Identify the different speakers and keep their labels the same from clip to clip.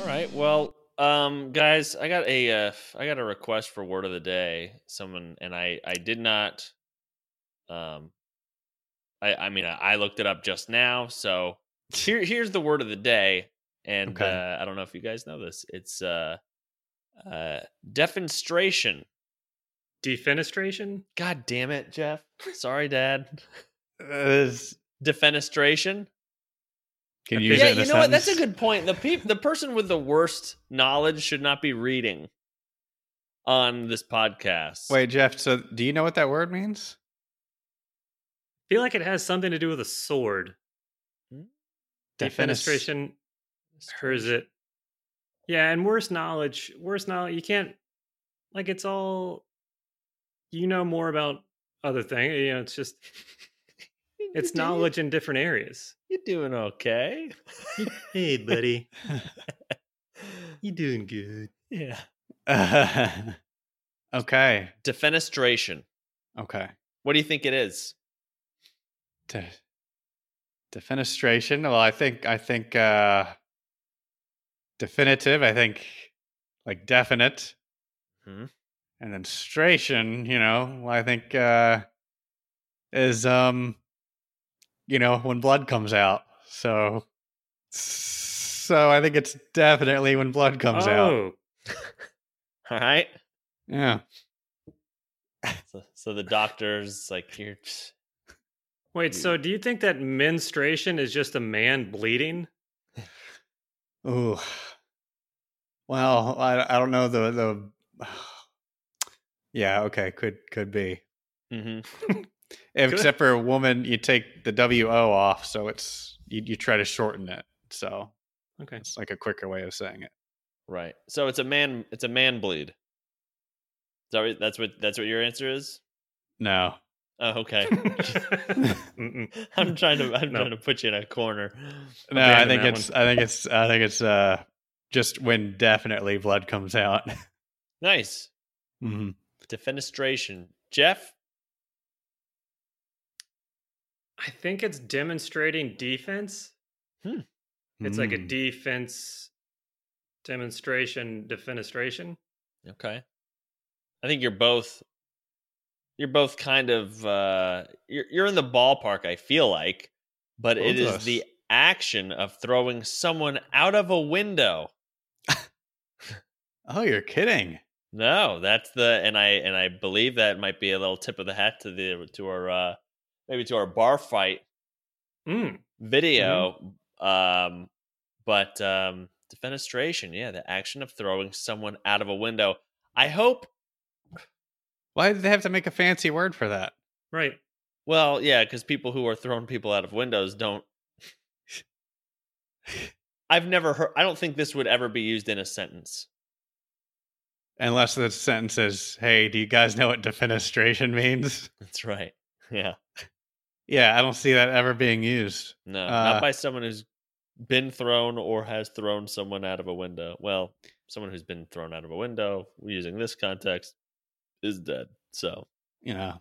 Speaker 1: All right. Well, um, guys, I got a uh, I got a request for word of the day. Someone and I I did not. Um, I I mean I, I looked it up just now. So here here's the word of the day, and
Speaker 2: Okay.
Speaker 1: uh, I don't know if you guys know this. It's uh, uh, defenestration.
Speaker 3: Defenestration?
Speaker 1: God damn it, Jeff. Sorry, Dad.
Speaker 2: Is-
Speaker 1: Defenestration.
Speaker 2: can you
Speaker 3: I think-
Speaker 2: use
Speaker 1: yeah,
Speaker 2: it
Speaker 1: you
Speaker 2: in
Speaker 1: know
Speaker 2: a
Speaker 1: what? That's a
Speaker 2: sentence?
Speaker 1: good point. The peop the person with the worst knowledge should not be reading on this podcast.
Speaker 2: Wait, Jeff. So, do you know what that word means?
Speaker 3: feel like it has something to do with a sword. Hmm.
Speaker 2: Defenest-
Speaker 3: Defenestration or is it? Yeah, and worse knowledge, worse knowledge. You can't like it's all. You know more about other things. You know, it's just it's
Speaker 1: You do-
Speaker 3: knowledge in different areas.
Speaker 1: You doing okay?
Speaker 3: Hey, buddy, you doing good?
Speaker 1: yeah.
Speaker 2: okay.
Speaker 1: Defenestration.
Speaker 2: Okay.
Speaker 1: What do you think it is?
Speaker 2: De- defenestration. Well, I think I think uh definitive. I think like definite,
Speaker 1: Hmm.
Speaker 2: and then stration. You know, I think uh is um you know when blood comes out. So so I think it's definitely when blood comes out.
Speaker 3: oh,
Speaker 1: All right.
Speaker 2: Yeah.
Speaker 1: So, so the doctor's like, you're.
Speaker 3: wait. So, do you think that menstruation is just a man bleeding?
Speaker 2: Ooh. Well, I I don't know the the. Yeah. Okay. Could could be.
Speaker 1: Mhm.
Speaker 2: If-
Speaker 3: Good.
Speaker 2: Except for a woman, you take the W O off, so it's you, you try to shorten it. So
Speaker 3: Okay.
Speaker 2: it's like a quicker way of saying it.
Speaker 1: Right. So it's a man. It's a man bleed. Is that what- that's what that's what your answer is.
Speaker 2: No.
Speaker 1: Oh, okay.
Speaker 3: Mm-mm.
Speaker 1: I'm trying to I'm
Speaker 3: No.
Speaker 1: trying to put you in a corner.
Speaker 2: No, I
Speaker 3: Abandon
Speaker 2: think
Speaker 3: that
Speaker 2: it's I think it's I think it's uh just when definitely blood comes out.
Speaker 1: Nice
Speaker 2: Mhm.
Speaker 1: defenestration, Jeff.
Speaker 3: I think it's demonstrating defense. It's like a
Speaker 2: Mm.
Speaker 3: defense demonstration, defenestration.
Speaker 1: Okay, I think you're both you're both kind of uh, you're you're in the ballpark. I feel like, but
Speaker 2: Both
Speaker 1: it
Speaker 2: of
Speaker 1: is
Speaker 2: us.
Speaker 1: the action of throwing someone out of a window.
Speaker 2: Oh, you're kidding.
Speaker 1: No, that's the and I and I believe that might be a little tip of the hat to the to our uh, maybe to our bar fight
Speaker 3: Mm.
Speaker 2: Mm-hmm.
Speaker 1: video um but um defenestration yeah the action of throwing someone out of a window i hope
Speaker 2: Why did they have to make a fancy word for that?
Speaker 3: Right.
Speaker 1: well yeah because people who are throwing people out of windows don't i've never heard i don't think this would ever be used in a sentence
Speaker 2: Unless the sentence is, "Hey, do you guys know what defenestration means?"
Speaker 1: that's right yeah
Speaker 2: Yeah, I don't see that ever being used.
Speaker 1: no
Speaker 2: Uh,
Speaker 1: not by someone who's been thrown or has thrown someone out of a window well someone who's been thrown out of a window using this context is dead so
Speaker 2: you know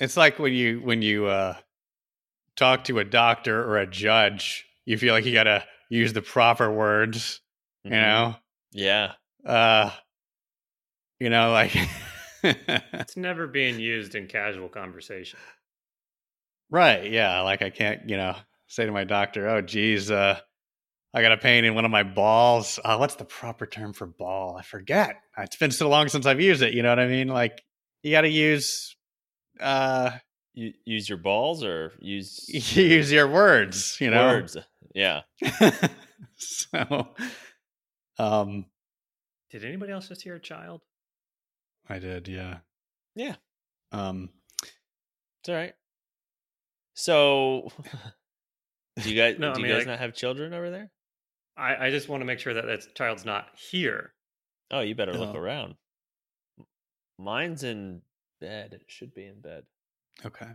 Speaker 2: it's like when you when you uh talk to a doctor or a judge you feel like you gotta use the proper words you
Speaker 1: mhm.
Speaker 2: know
Speaker 1: yeah
Speaker 2: uh you know like
Speaker 3: It's never being used in casual conversation.
Speaker 2: right yeah like i can't you know say to my doctor oh geez uh i got a pain in one of my balls uh what's the proper term for ball i forget Uh, it's been so long since i've used it you know what i mean like you gotta use uh
Speaker 1: you use your balls or use
Speaker 2: use your words you know
Speaker 1: words. Yeah.
Speaker 2: so um
Speaker 3: Did anybody else just hear a child?
Speaker 2: i did yeah
Speaker 1: Yeah.
Speaker 2: um
Speaker 1: It's all right. So do you guys
Speaker 3: No, I
Speaker 1: do you
Speaker 3: mean,
Speaker 1: guys
Speaker 3: like-
Speaker 1: not have children over there?
Speaker 3: I, I just want to make sure that that child's not here.
Speaker 1: Oh, you better look
Speaker 2: No.
Speaker 1: around. Mine's in bed. It should be in bed.
Speaker 2: okay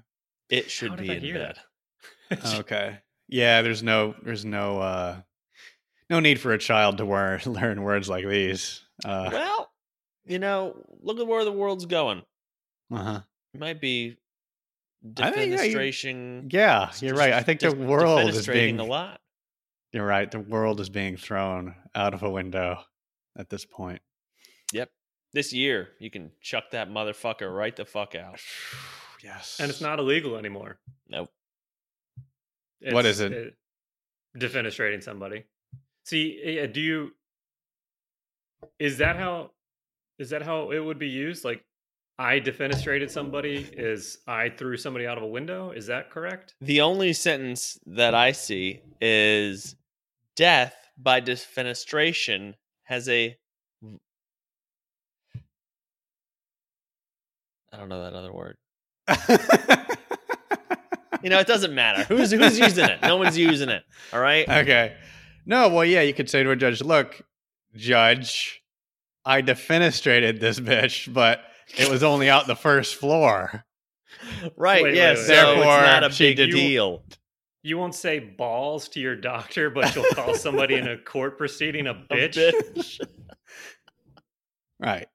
Speaker 1: It should
Speaker 3: did
Speaker 1: be
Speaker 3: I
Speaker 1: in
Speaker 3: hear
Speaker 1: bed.
Speaker 3: that?
Speaker 2: okay yeah there's no there's no uh no need for a child to wor- learn words like these uh
Speaker 1: Well, you know, look at where the world's going.
Speaker 2: uh-huh.
Speaker 1: It might be
Speaker 2: I think, yeah, you-
Speaker 1: defenestration.
Speaker 2: Yeah, you're right. I think the
Speaker 1: Just
Speaker 2: world is
Speaker 1: defenestrating
Speaker 2: being
Speaker 1: the lot.
Speaker 2: You're right. The world is being thrown out of a window at this point.
Speaker 1: This year, you can chuck that motherfucker right the fuck out.
Speaker 2: Yes.
Speaker 3: and it's not illegal anymore.
Speaker 1: Nope.
Speaker 3: It's,
Speaker 2: What is it?
Speaker 3: defenestrating somebody. See, eh, yeah, do you? Is that how? Is that how it would be used? Like, I defenestrated somebody. Is I threw somebody out of a window? Is that correct?
Speaker 1: The only sentence that I see is death by defenestration has a. I don't know that other word. You know, it doesn't matter. Who's who's using it? No one's using it. All right.
Speaker 2: okay. No, well, yeah, you could say to a judge, look, judge, I defenestrated this bitch, but it was only out the first floor.
Speaker 1: Right.
Speaker 3: Wait,
Speaker 1: yeah.
Speaker 3: wait, wait.
Speaker 1: so it's not a
Speaker 2: Therefore, she
Speaker 1: big
Speaker 2: did-
Speaker 1: deal.
Speaker 3: You won't say balls to your doctor, but you'll call somebody in a court proceeding a
Speaker 1: A
Speaker 3: bitch.
Speaker 1: bitch.
Speaker 2: Right.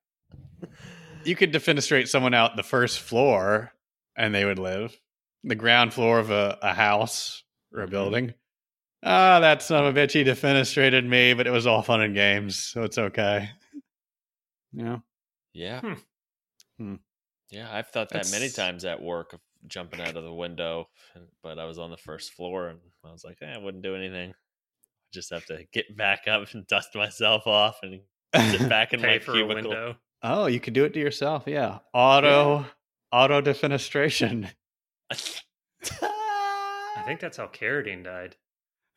Speaker 2: You could defenestrate someone out the first floor and they would live. The ground floor of a, a house or a
Speaker 1: Mhm.
Speaker 2: building. Ah, that son of a bitch, he defenestrated me, but it was all fun and games, so it's okay. Yeah.
Speaker 1: Yeah.
Speaker 3: Hmm.
Speaker 2: Hmm.
Speaker 1: Yeah, I've thought that many
Speaker 2: That's-
Speaker 1: times at work of jumping out of the window, and- but I was on the first floor and I was like, eh, I wouldn't do anything. Just have to get back up and dust myself off and sit back in my
Speaker 3: Pay for a
Speaker 1: cubicle.
Speaker 3: window.
Speaker 2: oh, you could do it to yourself. Yeah. Auto auto defenestration.
Speaker 3: I think that's how Carradine died.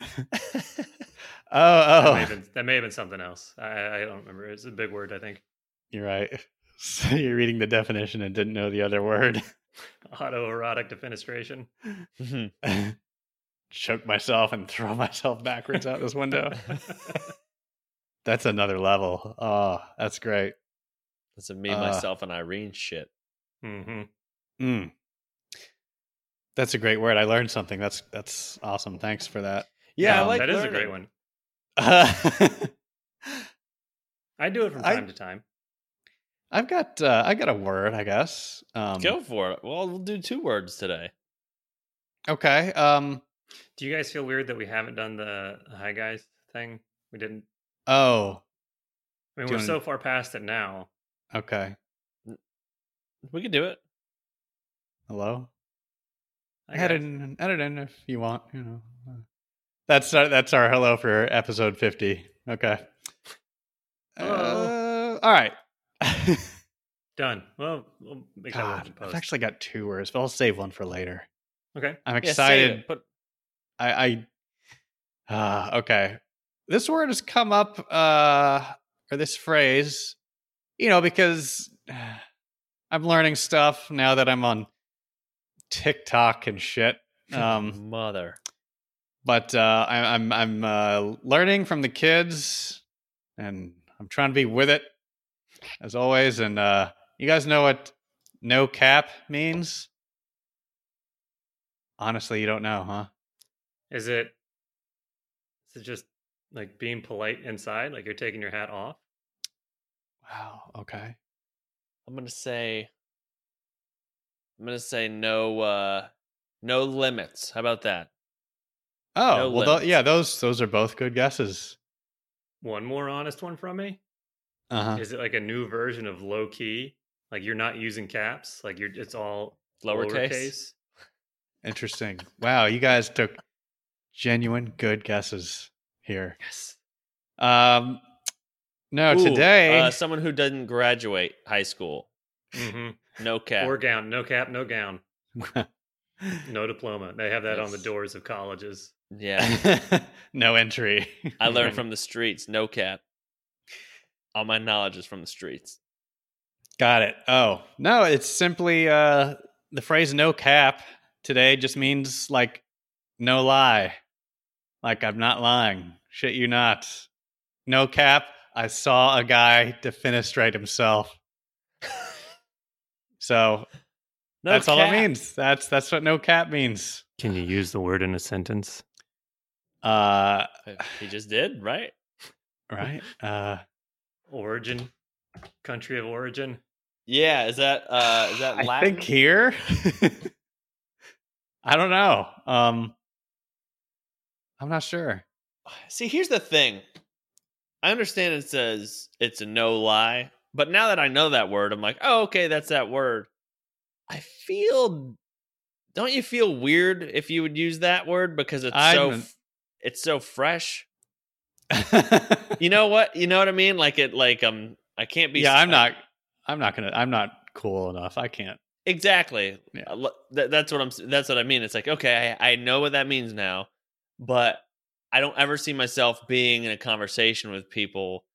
Speaker 2: Oh,
Speaker 3: That, may
Speaker 2: oh.
Speaker 3: have been, that may have been something else. I, I don't remember. It's a big word, I think.
Speaker 2: You're right. So you're reading the definition and didn't know the other word.
Speaker 3: Autoerotic defenestration.
Speaker 1: Mhm.
Speaker 2: Choke myself and throw myself backwards out this window. That's another level. Oh, that's great.
Speaker 1: That's a me,
Speaker 2: Uh.
Speaker 1: myself, and Irene shit.
Speaker 3: hmm
Speaker 2: Mm. That's a great word. I learned something. That's that's awesome. Thanks for that.
Speaker 1: Yeah, I
Speaker 2: Um,
Speaker 1: like
Speaker 3: that is a
Speaker 1: learning.
Speaker 3: great one. I do it from
Speaker 2: I-
Speaker 3: time to time.
Speaker 2: I've got uh, I got a word, I guess. Um,
Speaker 1: Go for it. Well, we'll do two words today.
Speaker 2: Okay. Um,
Speaker 3: Do you guys feel weird that we haven't done the hi guys thing? We didn't.
Speaker 2: oh, Do
Speaker 3: I mean,
Speaker 2: you
Speaker 3: we're
Speaker 2: wanna-
Speaker 3: so far past it now.
Speaker 2: okay.
Speaker 1: We can do it.
Speaker 2: Hello.
Speaker 3: I
Speaker 2: Add it
Speaker 3: guess.
Speaker 2: in. Add it in if you want. You know. uh, That's our, that's our hello for episode fifty. Okay. Uh, all right.
Speaker 3: done. Well, we'll make that work
Speaker 2: God,
Speaker 3: in
Speaker 2: I've
Speaker 3: post.
Speaker 2: actually got two words, but I'll save one for later.
Speaker 3: Okay.
Speaker 2: I'm
Speaker 1: Yeah, save
Speaker 2: excited.
Speaker 1: it, but
Speaker 2: I, I uh, okay. This word has come up, uh, or this phrase, you know, because uh, I'm learning stuff now that I'm on TikTok and shit. Um,
Speaker 1: mother.
Speaker 2: but uh, I, I'm I'm uh, learning from the kids, and I'm trying to be with it as always. And uh, you guys know what no cap means? Honestly, you don't know, huh?
Speaker 3: Is it? Is it just like being polite inside? Like you're taking your hat off?
Speaker 2: Wow. Okay.
Speaker 1: I'm gonna say I'm gonna say no uh no limits. How about that?
Speaker 2: Oh
Speaker 1: No
Speaker 2: well,
Speaker 1: limits.
Speaker 2: th- yeah, those those are both good guesses.
Speaker 3: One more honest one from me.
Speaker 1: Uh-huh.
Speaker 2: Uh
Speaker 3: Is it like a new version of low key? Like you're not using caps. Like you're. It's all
Speaker 1: Lowercase.
Speaker 3: lowercase.
Speaker 2: Interesting. Wow, you guys took genuine good guesses here.
Speaker 3: Yes.
Speaker 2: Um, no,
Speaker 1: Ooh,
Speaker 2: today
Speaker 1: uh, someone who doesn't graduate high school.
Speaker 3: hmm
Speaker 1: No cap.
Speaker 3: Or gown. No cap. No gown.
Speaker 1: uh,
Speaker 3: No diploma. They have that on the
Speaker 1: Yes.
Speaker 3: doors of colleges.
Speaker 1: yeah.
Speaker 2: no entry.
Speaker 1: I learned
Speaker 3: Mhm.
Speaker 1: from the streets. No cap. All my knowledge is from the streets.
Speaker 2: Got it. Oh no, it's simply uh, the phrase "no cap" today just means like no lie, like I'm not lying. Shit, you not. No cap. I saw a guy defenestrate himself. So
Speaker 1: No
Speaker 2: that's all it
Speaker 1: cap.
Speaker 2: means. That's that's what no cap means.
Speaker 3: Can you use the word in a sentence?
Speaker 2: Uh,
Speaker 1: He just did, right?
Speaker 2: right. Uh,
Speaker 3: Origin, country of origin.
Speaker 1: Yeah, is that uh is that
Speaker 2: I
Speaker 1: Latin?
Speaker 2: think here. I don't know. Um, I'm not sure.
Speaker 1: See, here's the thing. I understand it says it's a no lie, but now that I know that word, I'm like, oh, okay, that's that word. I feel. Don't you feel weird if you would use that word because it's so
Speaker 2: I'm-
Speaker 1: f- it's so fresh? You know what? You know what I mean? Like it. Like um, I can't be.
Speaker 2: yeah, I'm
Speaker 1: I-
Speaker 2: not. I'm not gonna. I'm not cool enough. I can't.
Speaker 1: Exactly.
Speaker 2: Yeah.
Speaker 1: Uh, lo- tha- that's what I'm. s- That's what I mean. It's like okay, I, I know what that means now, but I don't ever see myself being in a conversation with people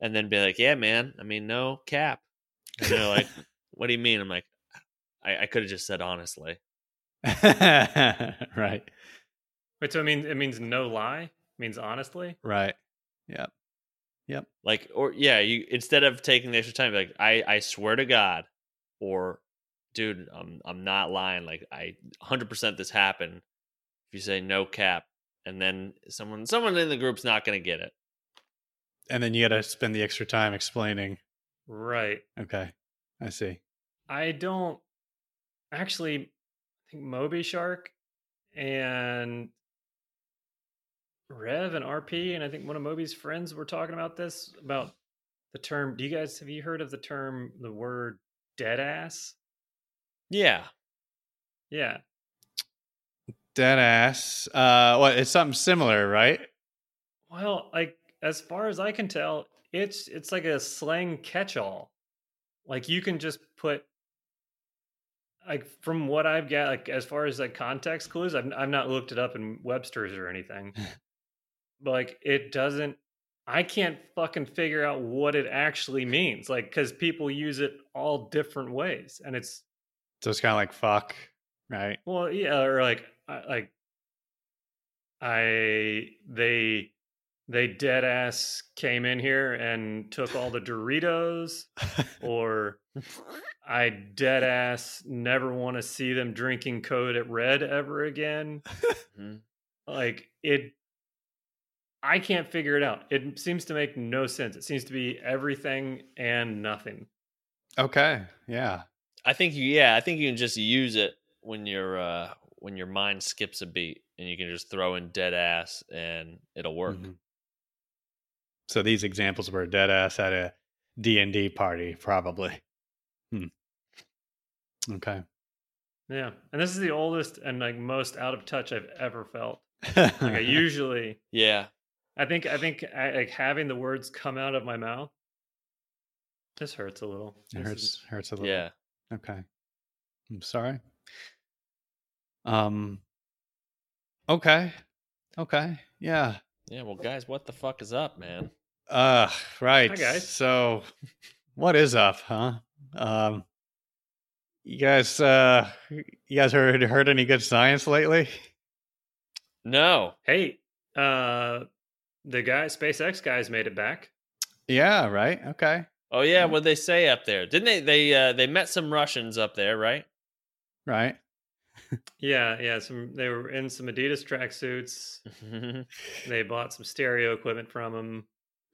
Speaker 1: and then be like, "Yeah, man. I mean, no cap." And they're like, "What do you mean?" I'm like, "I, I could have just said honestly."
Speaker 2: right.
Speaker 3: Wait, so it means it means no lie. It means honestly.
Speaker 2: Right.
Speaker 1: Like, or yeah, you instead of taking the extra time, be like, "I I swear to God," or "Dude, I'm I'm not lying. Like, I 100 percent this happened." If you say no cap, and then someone someone in the group's not going to get it.
Speaker 2: And then you got to spend the extra time explaining.
Speaker 3: Right.
Speaker 2: Okay, I see.
Speaker 3: I don't actually I think Moby Shark and Rev and RP and I think one of Moby's friends were talking about this about the term. Do you guys have you heard of the term the word dead ass?
Speaker 1: Yeah,
Speaker 3: Yeah.
Speaker 2: Dead ass. Uh, well, it's something similar, right?
Speaker 3: Well, like as far as I can tell, it's it's like a slang catch-all. Like you can just put like from what I've got, like as far as like context clues, I've I've not looked it up in Webster's or anything. but like it doesn't I can't fucking figure out what it actually means. Like cuz people use it all different ways and it's
Speaker 2: So it's kind of like fuck, right?
Speaker 3: well, yeah, or like, I, like, I they they dead ass came in here and took all the Doritos, or I dead ass never want to see them drinking code at Red ever again.
Speaker 1: Mhm.
Speaker 3: Like it, I can't figure it out. It seems to make no sense. It seems to be everything and nothing.
Speaker 2: Okay. Yeah.
Speaker 1: I think you. Yeah, I think you can just use it when your uh, when your mind skips a beat, and you can just throw in dead ass, and it'll work.
Speaker 2: Mhm. So these examples were dead ass at a D and D party, probably. Hmm. Okay.
Speaker 3: Yeah, and this is the oldest and like most out of touch I've ever felt. Like I usually.
Speaker 1: Yeah,
Speaker 3: I think I think I, like having the words come out of my mouth. This hurts a little.
Speaker 2: it
Speaker 3: This
Speaker 2: hurts.
Speaker 3: is-
Speaker 2: Hurts a little.
Speaker 1: yeah.
Speaker 2: Okay. I'm sorry. Um. Okay. Okay. Yeah.
Speaker 1: Yeah, well, guys, what the fuck is up, man?
Speaker 2: Uh. Right.
Speaker 3: guys.
Speaker 2: So, what is up, huh? Um. You guys. Uh. You guys heard heard any good science lately?
Speaker 1: No,
Speaker 3: Hey, uh, the guy SpaceX guys made it back.
Speaker 2: Yeah. Right. Okay.
Speaker 1: oh yeah, what they say up there? Didn't they? They uh, they met some Russians up there, right?
Speaker 2: Right.
Speaker 3: Yeah, yeah. Some they were in some Adidas tracksuits. They bought some stereo equipment from him.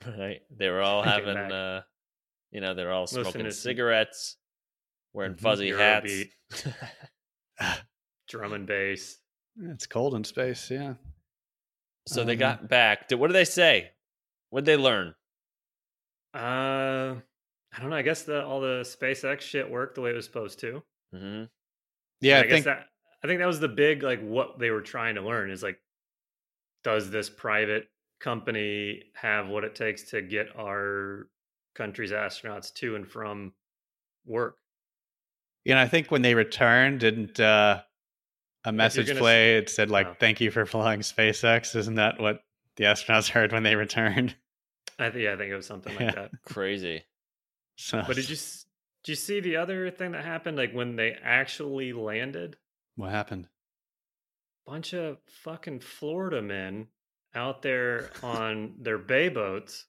Speaker 1: right. They were all
Speaker 3: Thinking
Speaker 1: having,
Speaker 3: back.
Speaker 1: uh, you know, they're all
Speaker 3: Listen
Speaker 1: smoking
Speaker 3: to Mm-hmm, some-
Speaker 1: cigarettes, wearing
Speaker 2: Mhm.
Speaker 1: fuzzy hats.
Speaker 3: Eurobeat, drum and bass.
Speaker 2: It's cold in space. Yeah.
Speaker 1: so they
Speaker 2: Um,
Speaker 1: got back. Did, what did they say? What did they learn?
Speaker 3: Uh, I don't know. I guess the all the SpaceX shit worked the way it was supposed to.
Speaker 1: Mm-hmm.
Speaker 2: Yeah. I,
Speaker 3: I, guess
Speaker 2: think.
Speaker 3: that I think that was the big like what they were trying to learn is like, does this private company have what it takes to get our country's astronauts to and from work?
Speaker 2: You know. I think when they returned, didn't. uh a message
Speaker 3: gonna s-
Speaker 2: play. It said like,
Speaker 3: Oh.
Speaker 2: "Thank you for flying SpaceX." Isn't that what the astronauts heard when they returned?
Speaker 3: I think yeah, I think it was something
Speaker 2: Yeah.
Speaker 3: like that.
Speaker 1: Crazy.
Speaker 2: So,
Speaker 3: But did you s- did you see the other thing that happened? Like when they actually landed,
Speaker 2: what happened?
Speaker 3: bunch of fucking Florida men out there on their bay boats,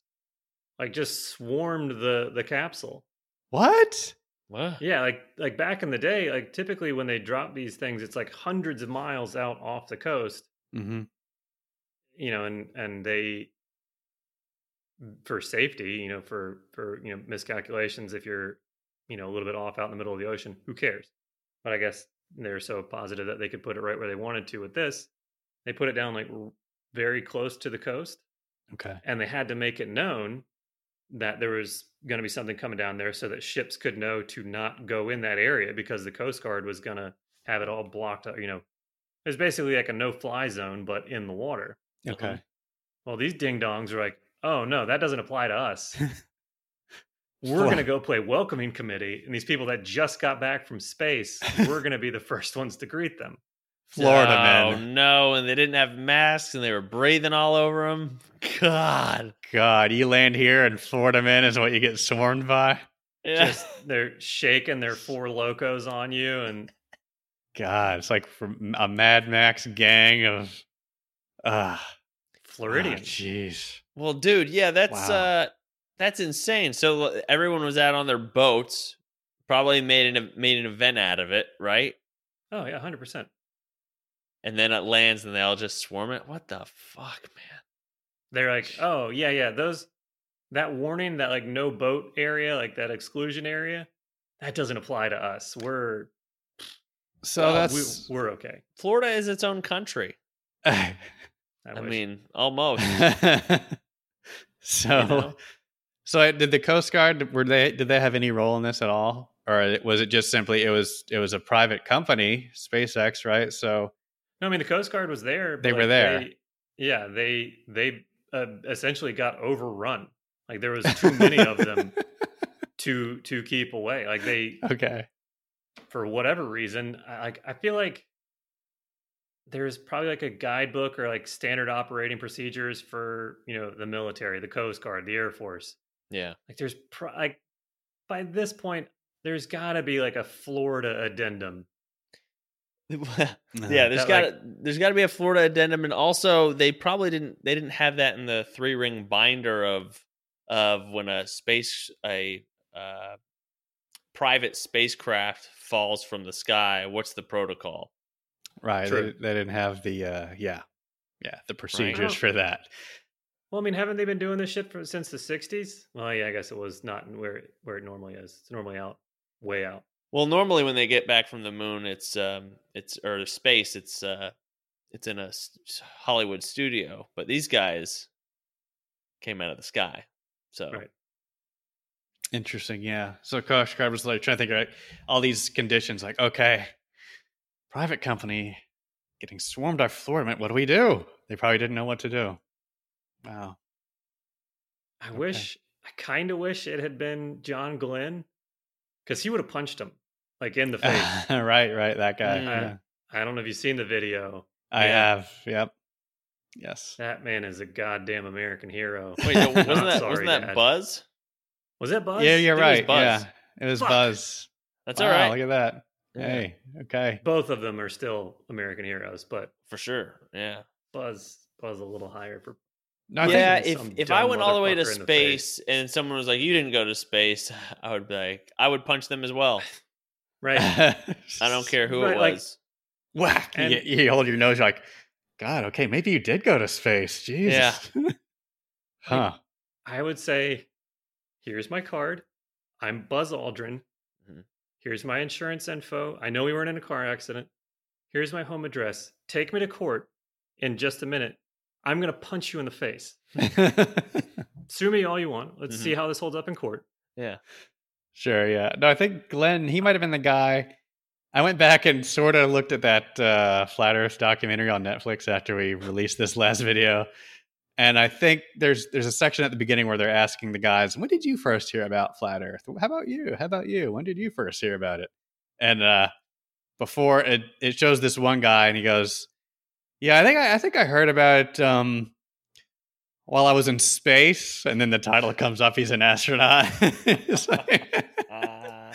Speaker 3: like just swarmed the the capsule.
Speaker 2: What?
Speaker 1: What?
Speaker 3: Yeah, like like back in the day, like typically when they drop these things, it's like hundreds of miles out off the coast,
Speaker 2: Mm-hmm.
Speaker 3: you know, and and they for safety, you know, for for you know miscalculations if you're you know a little bit off out in the middle of the ocean, who cares? But I guess they're so positive that they could put it right where they wanted to with this. They put it down like r- very close to the coast,
Speaker 2: Okay.
Speaker 3: and they had to make it known that there was going to be something coming down there so that ships could know to not go in that area because the coast guard was going to have it all blocked up you know it was basically like a no fly zone but in the water Uh-huh.
Speaker 2: Okay.
Speaker 3: well these ding dongs are like oh no that doesn't apply to us we're going to go play welcoming committee and these people that just got back from space we're going to be the first ones to greet them
Speaker 2: Florida
Speaker 1: oh,
Speaker 2: men.
Speaker 1: no, and they didn't have masks, and they were breathing all over them.
Speaker 3: Oh,
Speaker 1: God,
Speaker 2: God, you land here and Florida men is what you get swarmed by.
Speaker 1: yeah.
Speaker 3: just they're shaking their four locos on you and
Speaker 2: God, it's like from a Mad Max gang of. Uh,
Speaker 3: floridians
Speaker 2: Jeez.
Speaker 1: Well, dude, yeah, that's
Speaker 2: Wow.
Speaker 1: uh that's insane. So l- everyone was out on their boats, probably made an made an event out of it, right?
Speaker 3: oh yeah 100%
Speaker 1: And then it lands, and they all just swarm it. What the fuck, man?
Speaker 3: they're like, oh yeah, yeah, those that warning that like no boat area, like that exclusion area, that doesn't apply to us. We're
Speaker 2: So
Speaker 1: Oh,
Speaker 3: we,
Speaker 2: that's.
Speaker 3: we're okay.
Speaker 1: Florida is its own country. I,
Speaker 3: wish.
Speaker 1: mean, almost.
Speaker 2: so,
Speaker 3: You know?
Speaker 2: so I- did the Coast Guard? Were they? Did they have any role in this at all, or was it just simply it was it was a private company, SpaceX, right? So
Speaker 3: no, I mean the Coast Guard was there.
Speaker 2: They
Speaker 3: but,
Speaker 2: were
Speaker 3: like,
Speaker 2: there.
Speaker 3: they- yeah, they they uh, essentially got overrun. Like there was too many of them to to keep away. Like they
Speaker 2: okay,
Speaker 3: for whatever reason, I like I feel like there's probably like a guidebook or like standard operating procedures for you know the military, the Coast Guard, the Air Force.
Speaker 1: yeah.
Speaker 3: Like there's pro- like by this point, there's got to be like a Florida addendum.
Speaker 2: Uh-huh.
Speaker 1: yeah, there's
Speaker 3: Uh, That,
Speaker 1: got
Speaker 3: like-
Speaker 1: to there's got to be a Florida addendum, and also they probably didn't they didn't have that in the three ring binder of of when a space a uh, private spacecraft falls from the sky. What's the protocol?
Speaker 2: right. They,
Speaker 3: True.
Speaker 2: they didn't have the uh, yeah, yeah, the procedures
Speaker 3: Well-
Speaker 2: for that.
Speaker 3: Well, I mean, haven't they been doing this shit for, since the '60s? Well, yeah, I guess it was not where it- where it normally is. It's normally out, way out.
Speaker 1: Well, normally when they get back from the moon, it's um it's or space, it's uh it's in a s- s- Hollywood studio, but these guys came out of the sky. So
Speaker 3: Right.
Speaker 2: Interesting, yeah. So Coast Guard was like trying to think right, all these conditions. Like, okay, private company getting swarmed by Florida. men, What do we do? They probably didn't know what to do. Wow.
Speaker 3: I
Speaker 2: Okay.
Speaker 3: wish, I kind of wish it had been John Glenn, because he would have punched him like in the face.
Speaker 2: right, right. That guy.
Speaker 1: Mm.
Speaker 2: yeah.
Speaker 3: I don't know if you've seen the video.
Speaker 2: I
Speaker 1: Yeah.
Speaker 2: have. Yep. Yes.
Speaker 3: That man is a goddamn American hero.
Speaker 1: wait, no,
Speaker 2: I'm
Speaker 1: wasn't that
Speaker 3: sorry,
Speaker 1: wasn't that
Speaker 3: Dad.
Speaker 1: Buzz?
Speaker 3: Was that Buzz?
Speaker 2: Yeah, you're
Speaker 1: I
Speaker 2: right.
Speaker 1: think it was Buzz.
Speaker 2: Yeah, it was
Speaker 3: Fuck.
Speaker 2: Buzz.
Speaker 1: That's
Speaker 3: Oh,
Speaker 2: Wow,
Speaker 1: all right
Speaker 2: Look at that.
Speaker 1: Yeah.
Speaker 2: Hey. Okay.
Speaker 3: Both of them are still American heroes, but
Speaker 1: for sure. Yeah.
Speaker 3: Buzz Buzz a little higher for
Speaker 2: No, I
Speaker 1: yeah,
Speaker 3: think-
Speaker 1: if
Speaker 3: Some
Speaker 1: if I
Speaker 3: dumb
Speaker 1: went all the way to
Speaker 3: motherfucker in the face.
Speaker 1: space and someone was like, "You didn't go to space," I would be like, "I would punch them as well.
Speaker 3: right.
Speaker 2: think,
Speaker 1: I don't care who it
Speaker 3: Right, like-
Speaker 1: was."
Speaker 2: Whack.
Speaker 3: And-
Speaker 2: you, you hold your nose. You're like, God. Okay, maybe you did go to space. Jesus. Yeah. huh.
Speaker 3: I would say, here's my card. I'm Buzz Aldrin. Mm-hmm.
Speaker 1: Mhm.
Speaker 3: Here's my insurance info. I know we weren't in a car accident. Here's my home address. Take me to court in just a minute. I'm gonna punch you in the face. Sue me all you want. Let's see how this holds up in court.
Speaker 2: sure. Yeah. No, I think Glenn. He might have been the guy. I went back and sort of looked at that uh, flat Earth documentary on Netflix after we released this last video, and I think there's there's a section at the beginning where they're asking the guys, "When did you first hear about flat Earth? How about you? How about you? When did you first hear about it?" And uh, before it, it shows this one guy, and he goes, "Yeah, I think I, I think I heard about it um, while I was in space." And then the title comes up; he's an astronaut. It's like-
Speaker 1: Uh,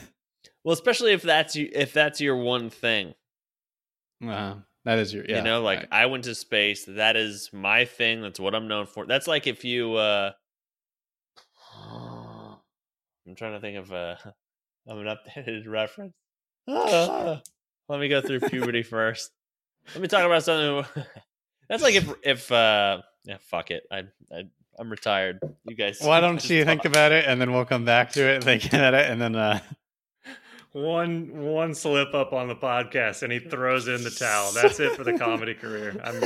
Speaker 1: well, especially if that's you, if that's your one thing,
Speaker 2: Uh, that is your, yeah.
Speaker 1: you know, like I went to space. That is my thing. That's what I'm known for. That's like if you. uh I'm trying to think of uh of an updated reference. Ah, let me go through puberty first. Let me talk about something. That's like if if uh yeah, fuck it. I, I I'm retired. You guys.
Speaker 2: why don't
Speaker 1: just
Speaker 2: you think
Speaker 1: talk.
Speaker 2: about it, and then we'll come back to it, thinking at it, and then uh,
Speaker 3: one one slip up on the podcast and he throws in the towel. That's it for the comedy career. I'm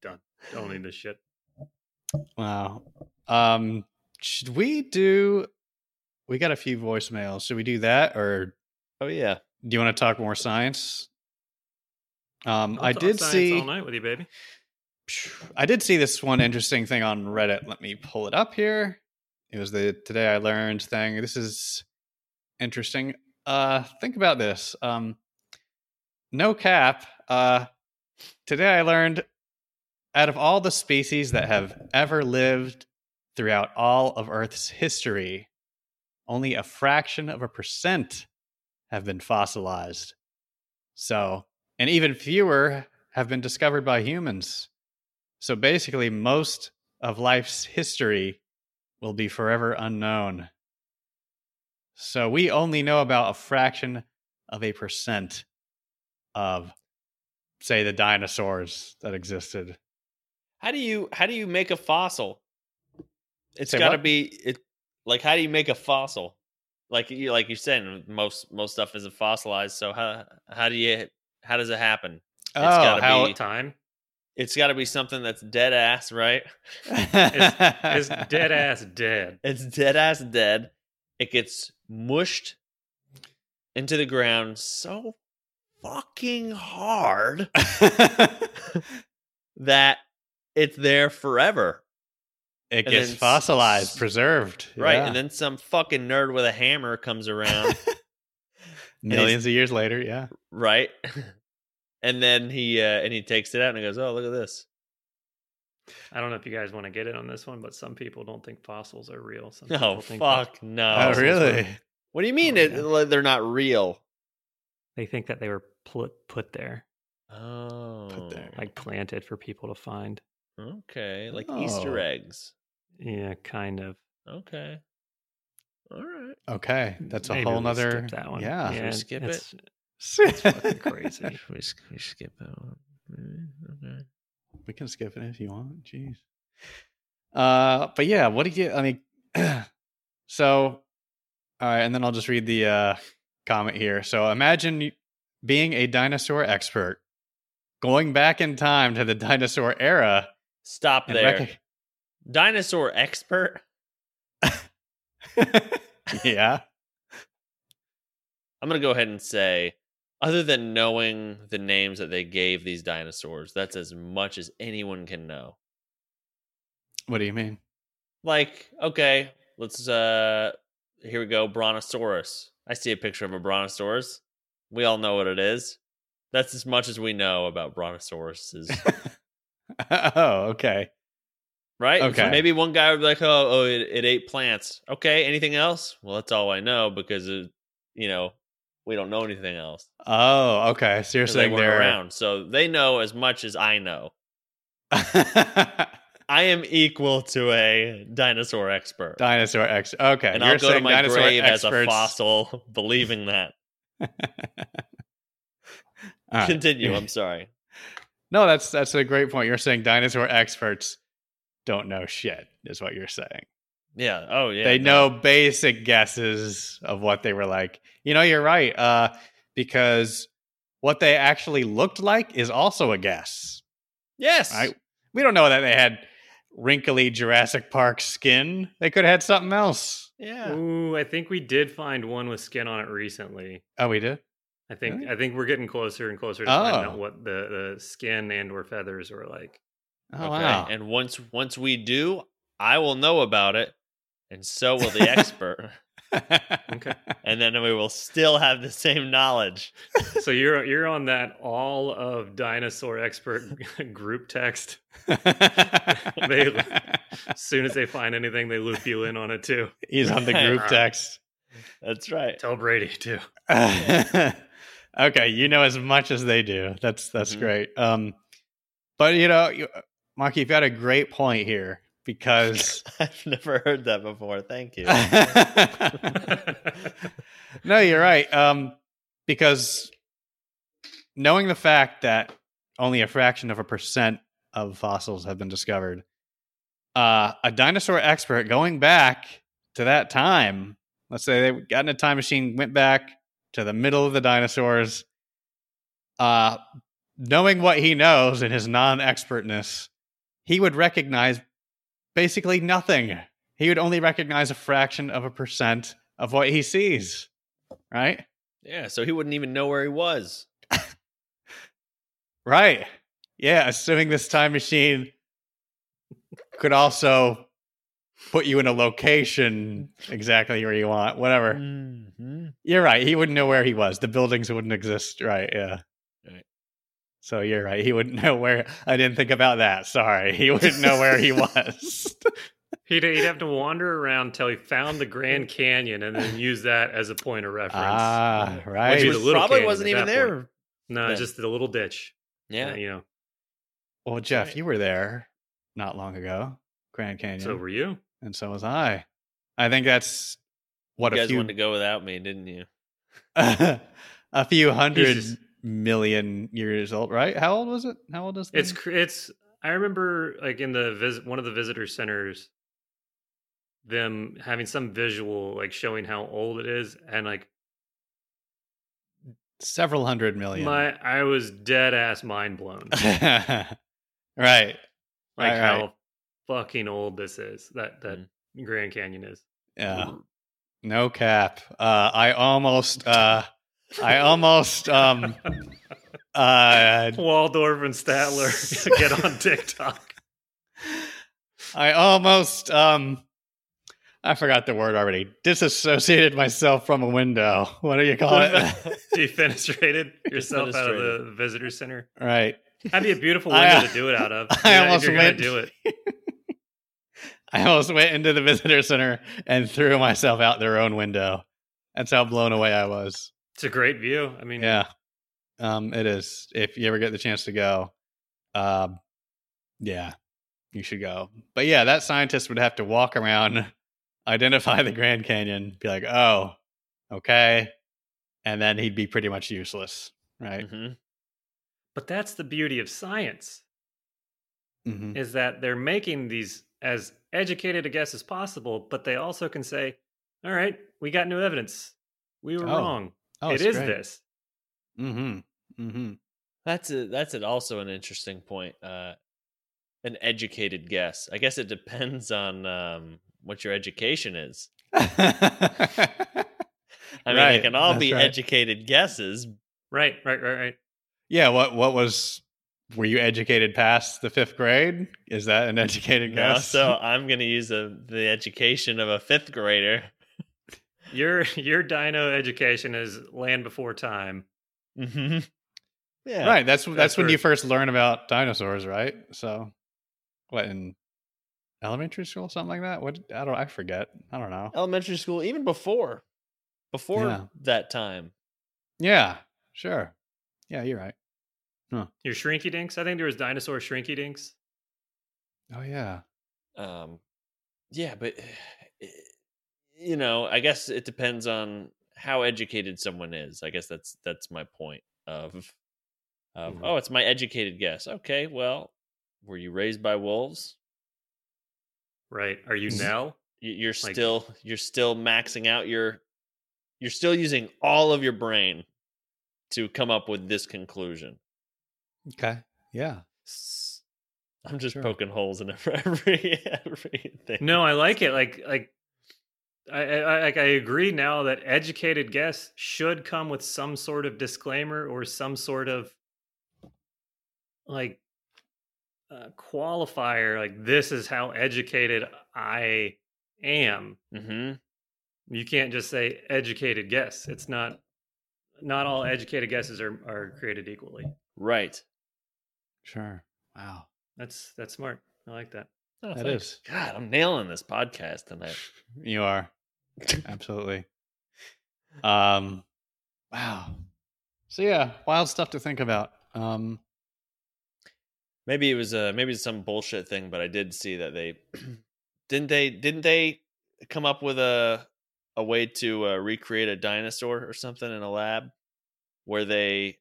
Speaker 3: done. Don't need this shit.
Speaker 2: Wow. Um, should we do? We got a few voicemails. Should we do that, or
Speaker 1: Oh yeah.
Speaker 2: do you want to talk more science? Um,
Speaker 3: I'll
Speaker 2: I
Speaker 3: talk
Speaker 2: did
Speaker 3: science
Speaker 2: see.
Speaker 3: all night with you, baby.
Speaker 2: I did see this one interesting thing on Reddit. Let me pull it up here. It was the today I learned thing. This is interesting. Uh think about this. Um no cap. Uh today I learned out of all the species that have ever lived throughout all of Earth's history, only a fraction of a percent have been fossilized. So, and even fewer have been discovered by humans. So basically, most of life's history will be forever unknown. So we only know about a fraction of a percent of, say, the dinosaurs that existed.
Speaker 1: How do you how do you make a fossil? It's
Speaker 2: Say
Speaker 1: got to
Speaker 2: what?
Speaker 1: be it. Like how do you make a fossil? Like you like you're saying, most most stuff isn't fossilized. So how how do you how does it happen?
Speaker 2: Oh,
Speaker 1: gotta
Speaker 2: how
Speaker 1: be-
Speaker 3: Time
Speaker 1: It's got to be something that's dead ass, right?
Speaker 3: is dead ass dead.
Speaker 1: It's dead ass dead. It gets mushed into the ground so fucking hard that it's there forever.
Speaker 2: it
Speaker 1: and
Speaker 2: gets
Speaker 1: then s-
Speaker 2: fossilized, preserved,
Speaker 1: Right.
Speaker 2: yeah.
Speaker 1: And then some fucking nerd with a hammer comes around,
Speaker 2: millions of years later, yeah.
Speaker 1: right? And then he uh, and he takes it out and he goes, "Oh, look at this."
Speaker 3: I don't know if you guys want to get in on this one, but some people don't think fossils are real. Some
Speaker 1: No,
Speaker 3: people think
Speaker 1: Oh, fuck
Speaker 3: that-
Speaker 1: no.
Speaker 2: Oh,
Speaker 3: so
Speaker 2: really?
Speaker 1: What do you mean
Speaker 3: Oh,
Speaker 1: it,
Speaker 3: yeah.
Speaker 1: like, they're not real?
Speaker 3: They think that they were put put there,
Speaker 1: Oh.
Speaker 2: there.
Speaker 3: like planted for people to find.
Speaker 1: Okay. Like Easter
Speaker 2: Oh.
Speaker 1: eggs.
Speaker 3: Yeah, kind of.
Speaker 1: Okay. All right.
Speaker 2: Okay, that's a
Speaker 3: Maybe
Speaker 2: whole
Speaker 3: we
Speaker 2: nother.
Speaker 3: skip that one.
Speaker 2: Yeah,
Speaker 1: Should we skip it?
Speaker 3: it's-
Speaker 2: it's
Speaker 3: fucking crazy.
Speaker 1: Should we, sk- we skip that one? Mm, Okay.
Speaker 2: We can skip it if you want. Jeez. Uh, but yeah, what do you? I mean, so all right, and then I'll just read the uh, comment here. So imagine you- being a dinosaur expert, going back in time to the dinosaur era.
Speaker 1: Stop
Speaker 2: and
Speaker 1: there. Dinosaur expert.
Speaker 2: recog- yeah.
Speaker 1: I'm gonna go ahead and say, other than knowing the names that they gave these dinosaurs, that's as much as anyone can know.
Speaker 2: What do you mean?
Speaker 1: Like, okay, let's uh here we go, Brontosaurus. I see a picture of a Brontosaurus. We all know what it is. That's as much as we know about Brontosauruses.
Speaker 2: oh, okay.
Speaker 1: right? So
Speaker 2: Okay.
Speaker 1: maybe one guy would be like, "Oh, oh, it, it ate plants." Okay. Anything else? Well, that's all I know because it, you know we don't know anything else.
Speaker 2: Oh, okay. So you're
Speaker 1: 'cause they
Speaker 2: saying
Speaker 1: weren't
Speaker 2: they're
Speaker 1: around, so they know as much as I know. I am equal to a dinosaur expert,
Speaker 2: dinosaur ex. Okay,
Speaker 1: and
Speaker 2: you're
Speaker 1: I'll go to
Speaker 2: saying
Speaker 1: my
Speaker 2: dinosaur
Speaker 1: grave as a
Speaker 2: experts-
Speaker 1: fossil, believing that.
Speaker 2: All right.
Speaker 1: Continue. I'm sorry.
Speaker 2: No, that's that's a great point. You're saying dinosaur experts don't know shit, is what you're saying.
Speaker 1: Yeah. Oh, yeah.
Speaker 2: they
Speaker 1: no.
Speaker 2: know basic guesses of what they were like. You know, you're right. Uh, because what they actually looked like is also a guess.
Speaker 1: Yes.
Speaker 2: Right? We don't know that they had wrinkly Jurassic Park skin. They could have had something else.
Speaker 1: yeah.
Speaker 3: Ooh, I think we did find one with skin on it recently.
Speaker 2: Oh, we did.
Speaker 3: I think
Speaker 2: Really?
Speaker 3: I think we're getting closer and closer to finding
Speaker 2: Oh.
Speaker 3: out what the, the skin and or feathers were like.
Speaker 2: Oh wow.
Speaker 1: And once once we do, I will know about it, and so will the expert.
Speaker 2: okay.
Speaker 1: and then we will still have the same knowledge.
Speaker 3: so you're you're on that all of dinosaur expert group text. As soon as they find anything, they loop you in on it too.
Speaker 2: He's on the
Speaker 1: Right.
Speaker 2: group text.
Speaker 1: That's right.
Speaker 3: Tell Brady too.
Speaker 2: okay, you know as much as they do. That's that's
Speaker 1: Mhm.
Speaker 2: great. Um, but you know, you, Mark, you've got a great point here because
Speaker 1: I've never heard that before. Thank you.
Speaker 2: no, you're right. Um, because knowing the fact that only a fraction of a percent of fossils have been discovered, uh, a dinosaur expert going back to that time Let's say they got in a time machine, went back to the middle of the dinosaurs. Uh, knowing what he knows and his non expertness, he would recognize basically nothing. He would only recognize a fraction of a percent of what he sees, right?
Speaker 1: Yeah, so he wouldn't even know where he was.
Speaker 2: Right. Yeah, assuming this time machine could also put you in a location exactly where you want, whatever.
Speaker 1: Mhm.
Speaker 2: You're right. He wouldn't know where he was. The buildings wouldn't exist. Right. Yeah.
Speaker 1: Right.
Speaker 2: So you're right. He wouldn't know where. I didn't think about that. Sorry. He wouldn't know where he was.
Speaker 3: He'd, he'd have to wander around till he found the Grand Canyon and then use that as a point of reference.
Speaker 2: ah,
Speaker 3: Which
Speaker 1: Which
Speaker 2: right.
Speaker 3: was
Speaker 1: was
Speaker 3: little
Speaker 1: probably
Speaker 3: kid
Speaker 1: wasn't
Speaker 3: at
Speaker 1: even
Speaker 3: that
Speaker 1: there.
Speaker 3: point. no,
Speaker 1: Yeah.
Speaker 3: just the little ditch. uh,
Speaker 1: Yeah.
Speaker 3: you know.
Speaker 2: well, Jeff,
Speaker 1: right.
Speaker 2: you were there not long ago, Grand Canyon.
Speaker 3: So were you?
Speaker 2: and so was I. I think that's what
Speaker 1: You
Speaker 2: a
Speaker 1: guys
Speaker 2: few
Speaker 1: wanted to go without me, didn't you?
Speaker 2: a few hundred
Speaker 3: Jesus.
Speaker 2: million years old, right? How old was it? How old is
Speaker 3: It's
Speaker 2: thing?
Speaker 3: cr- it's. I remember like in the visit one of the visitor centers, them having some visual like showing how old it is, and like
Speaker 2: several hundred million.
Speaker 3: my I was dead ass mind blown like
Speaker 2: right. Right, right. Mm-hmm.
Speaker 3: how fucking old this is that that Grand Canyon is.
Speaker 2: Yeah. No cap. Uh, I almost, uh, I almost, um, uh,
Speaker 3: Waldorf and Statler get on TikTok.
Speaker 2: I almost, um, I forgot the word already. Disassociated myself from a window. What do you call it?
Speaker 3: Defenestrated yourself out of the
Speaker 1: Defenestrated.
Speaker 3: visitor center.
Speaker 2: right.
Speaker 3: That'd be a beautiful
Speaker 2: I,
Speaker 3: window
Speaker 2: uh,
Speaker 3: to do it out of.
Speaker 2: I
Speaker 3: if you're
Speaker 2: almost
Speaker 3: gonna
Speaker 2: went-
Speaker 3: do it.
Speaker 2: I almost went into the visitor center and threw myself out their own window. That's how blown away I was.
Speaker 3: It's a great view. I mean,
Speaker 2: Yeah. Um, it is. If you ever get the chance to go, um, yeah, you should go. But yeah, that scientist would have to walk around, identify the Grand Canyon, be like, oh, okay. And then he'd be pretty much useless, right?
Speaker 1: Mhm.
Speaker 3: but that's the beauty of science
Speaker 2: Mm-hmm.
Speaker 3: is that they're making these as educated a guess as possible, but they also can say, "All right, we got new evidence. We were
Speaker 2: Oh.
Speaker 3: wrong. it is this."
Speaker 2: Mm-hmm. Mm-hmm.
Speaker 1: That's a that's an, also an interesting point. Uh, an educated guess. I guess it depends on um, what your education is.
Speaker 2: Mm-hmm.
Speaker 1: I mean,
Speaker 2: Right,
Speaker 1: it can all
Speaker 2: that's
Speaker 1: be
Speaker 2: right.
Speaker 1: educated guesses.
Speaker 3: Right, right, right, right.
Speaker 2: yeah. What, what was, were you educated past the fifth grade? Is that an educated
Speaker 1: you know?
Speaker 2: guess?
Speaker 1: So I'm going to use a, the education of a fifth grader.
Speaker 3: Your your dino education is land before time.
Speaker 1: Mm-hmm. Yeah.
Speaker 2: Right. That's that's,
Speaker 3: That's
Speaker 2: when
Speaker 3: where-
Speaker 2: you first learn about dinosaurs, right? So, what in elementary school, something like that? What I don't, I forget. I don't know.
Speaker 1: Elementary school, even before, before
Speaker 2: Yeah.
Speaker 1: that time.
Speaker 2: Yeah, sure. Yeah, you're right.
Speaker 3: Your shrinky dinks. I think there was dinosaur shrinky dinks.
Speaker 2: Oh yeah.
Speaker 1: um yeah but eh, you know i guess it depends on how educated someone is i guess that's that's my point of of
Speaker 2: Mhm.
Speaker 1: oh it's my educated guess okay well were you raised by wolves
Speaker 3: Right? Are you
Speaker 2: Z-
Speaker 3: now?
Speaker 1: Y- you're
Speaker 3: Like-
Speaker 1: still you're still maxing out your you're still using all of your brain to come up with this conclusion
Speaker 2: Okay. Yeah.
Speaker 1: S- i'm just
Speaker 2: Sure.
Speaker 1: poking holes in every every everything
Speaker 3: No, I like it. Like like I, I I- like I agree now that educated guess should come with some sort of disclaimer or some sort of like uh, qualifier. Like this is how educated I am.
Speaker 1: mm-hmm
Speaker 3: You can't just say educated guess. It's not not all educated guesses are are created equally.
Speaker 1: right
Speaker 2: Sure. Wow.
Speaker 3: That's that's smart. I like that.
Speaker 1: oh,
Speaker 2: That
Speaker 1: thanks.
Speaker 2: is.
Speaker 1: god i'm nailing this podcast tonight
Speaker 2: You are absolutely. Um. Wow. So yeah, wild stuff to think about. Um.
Speaker 1: Maybe it was uh maybe it's some bullshit thing, but I did see that they didn't they didn't they come up with a a way to uh, recreate a dinosaur or something in a lab where they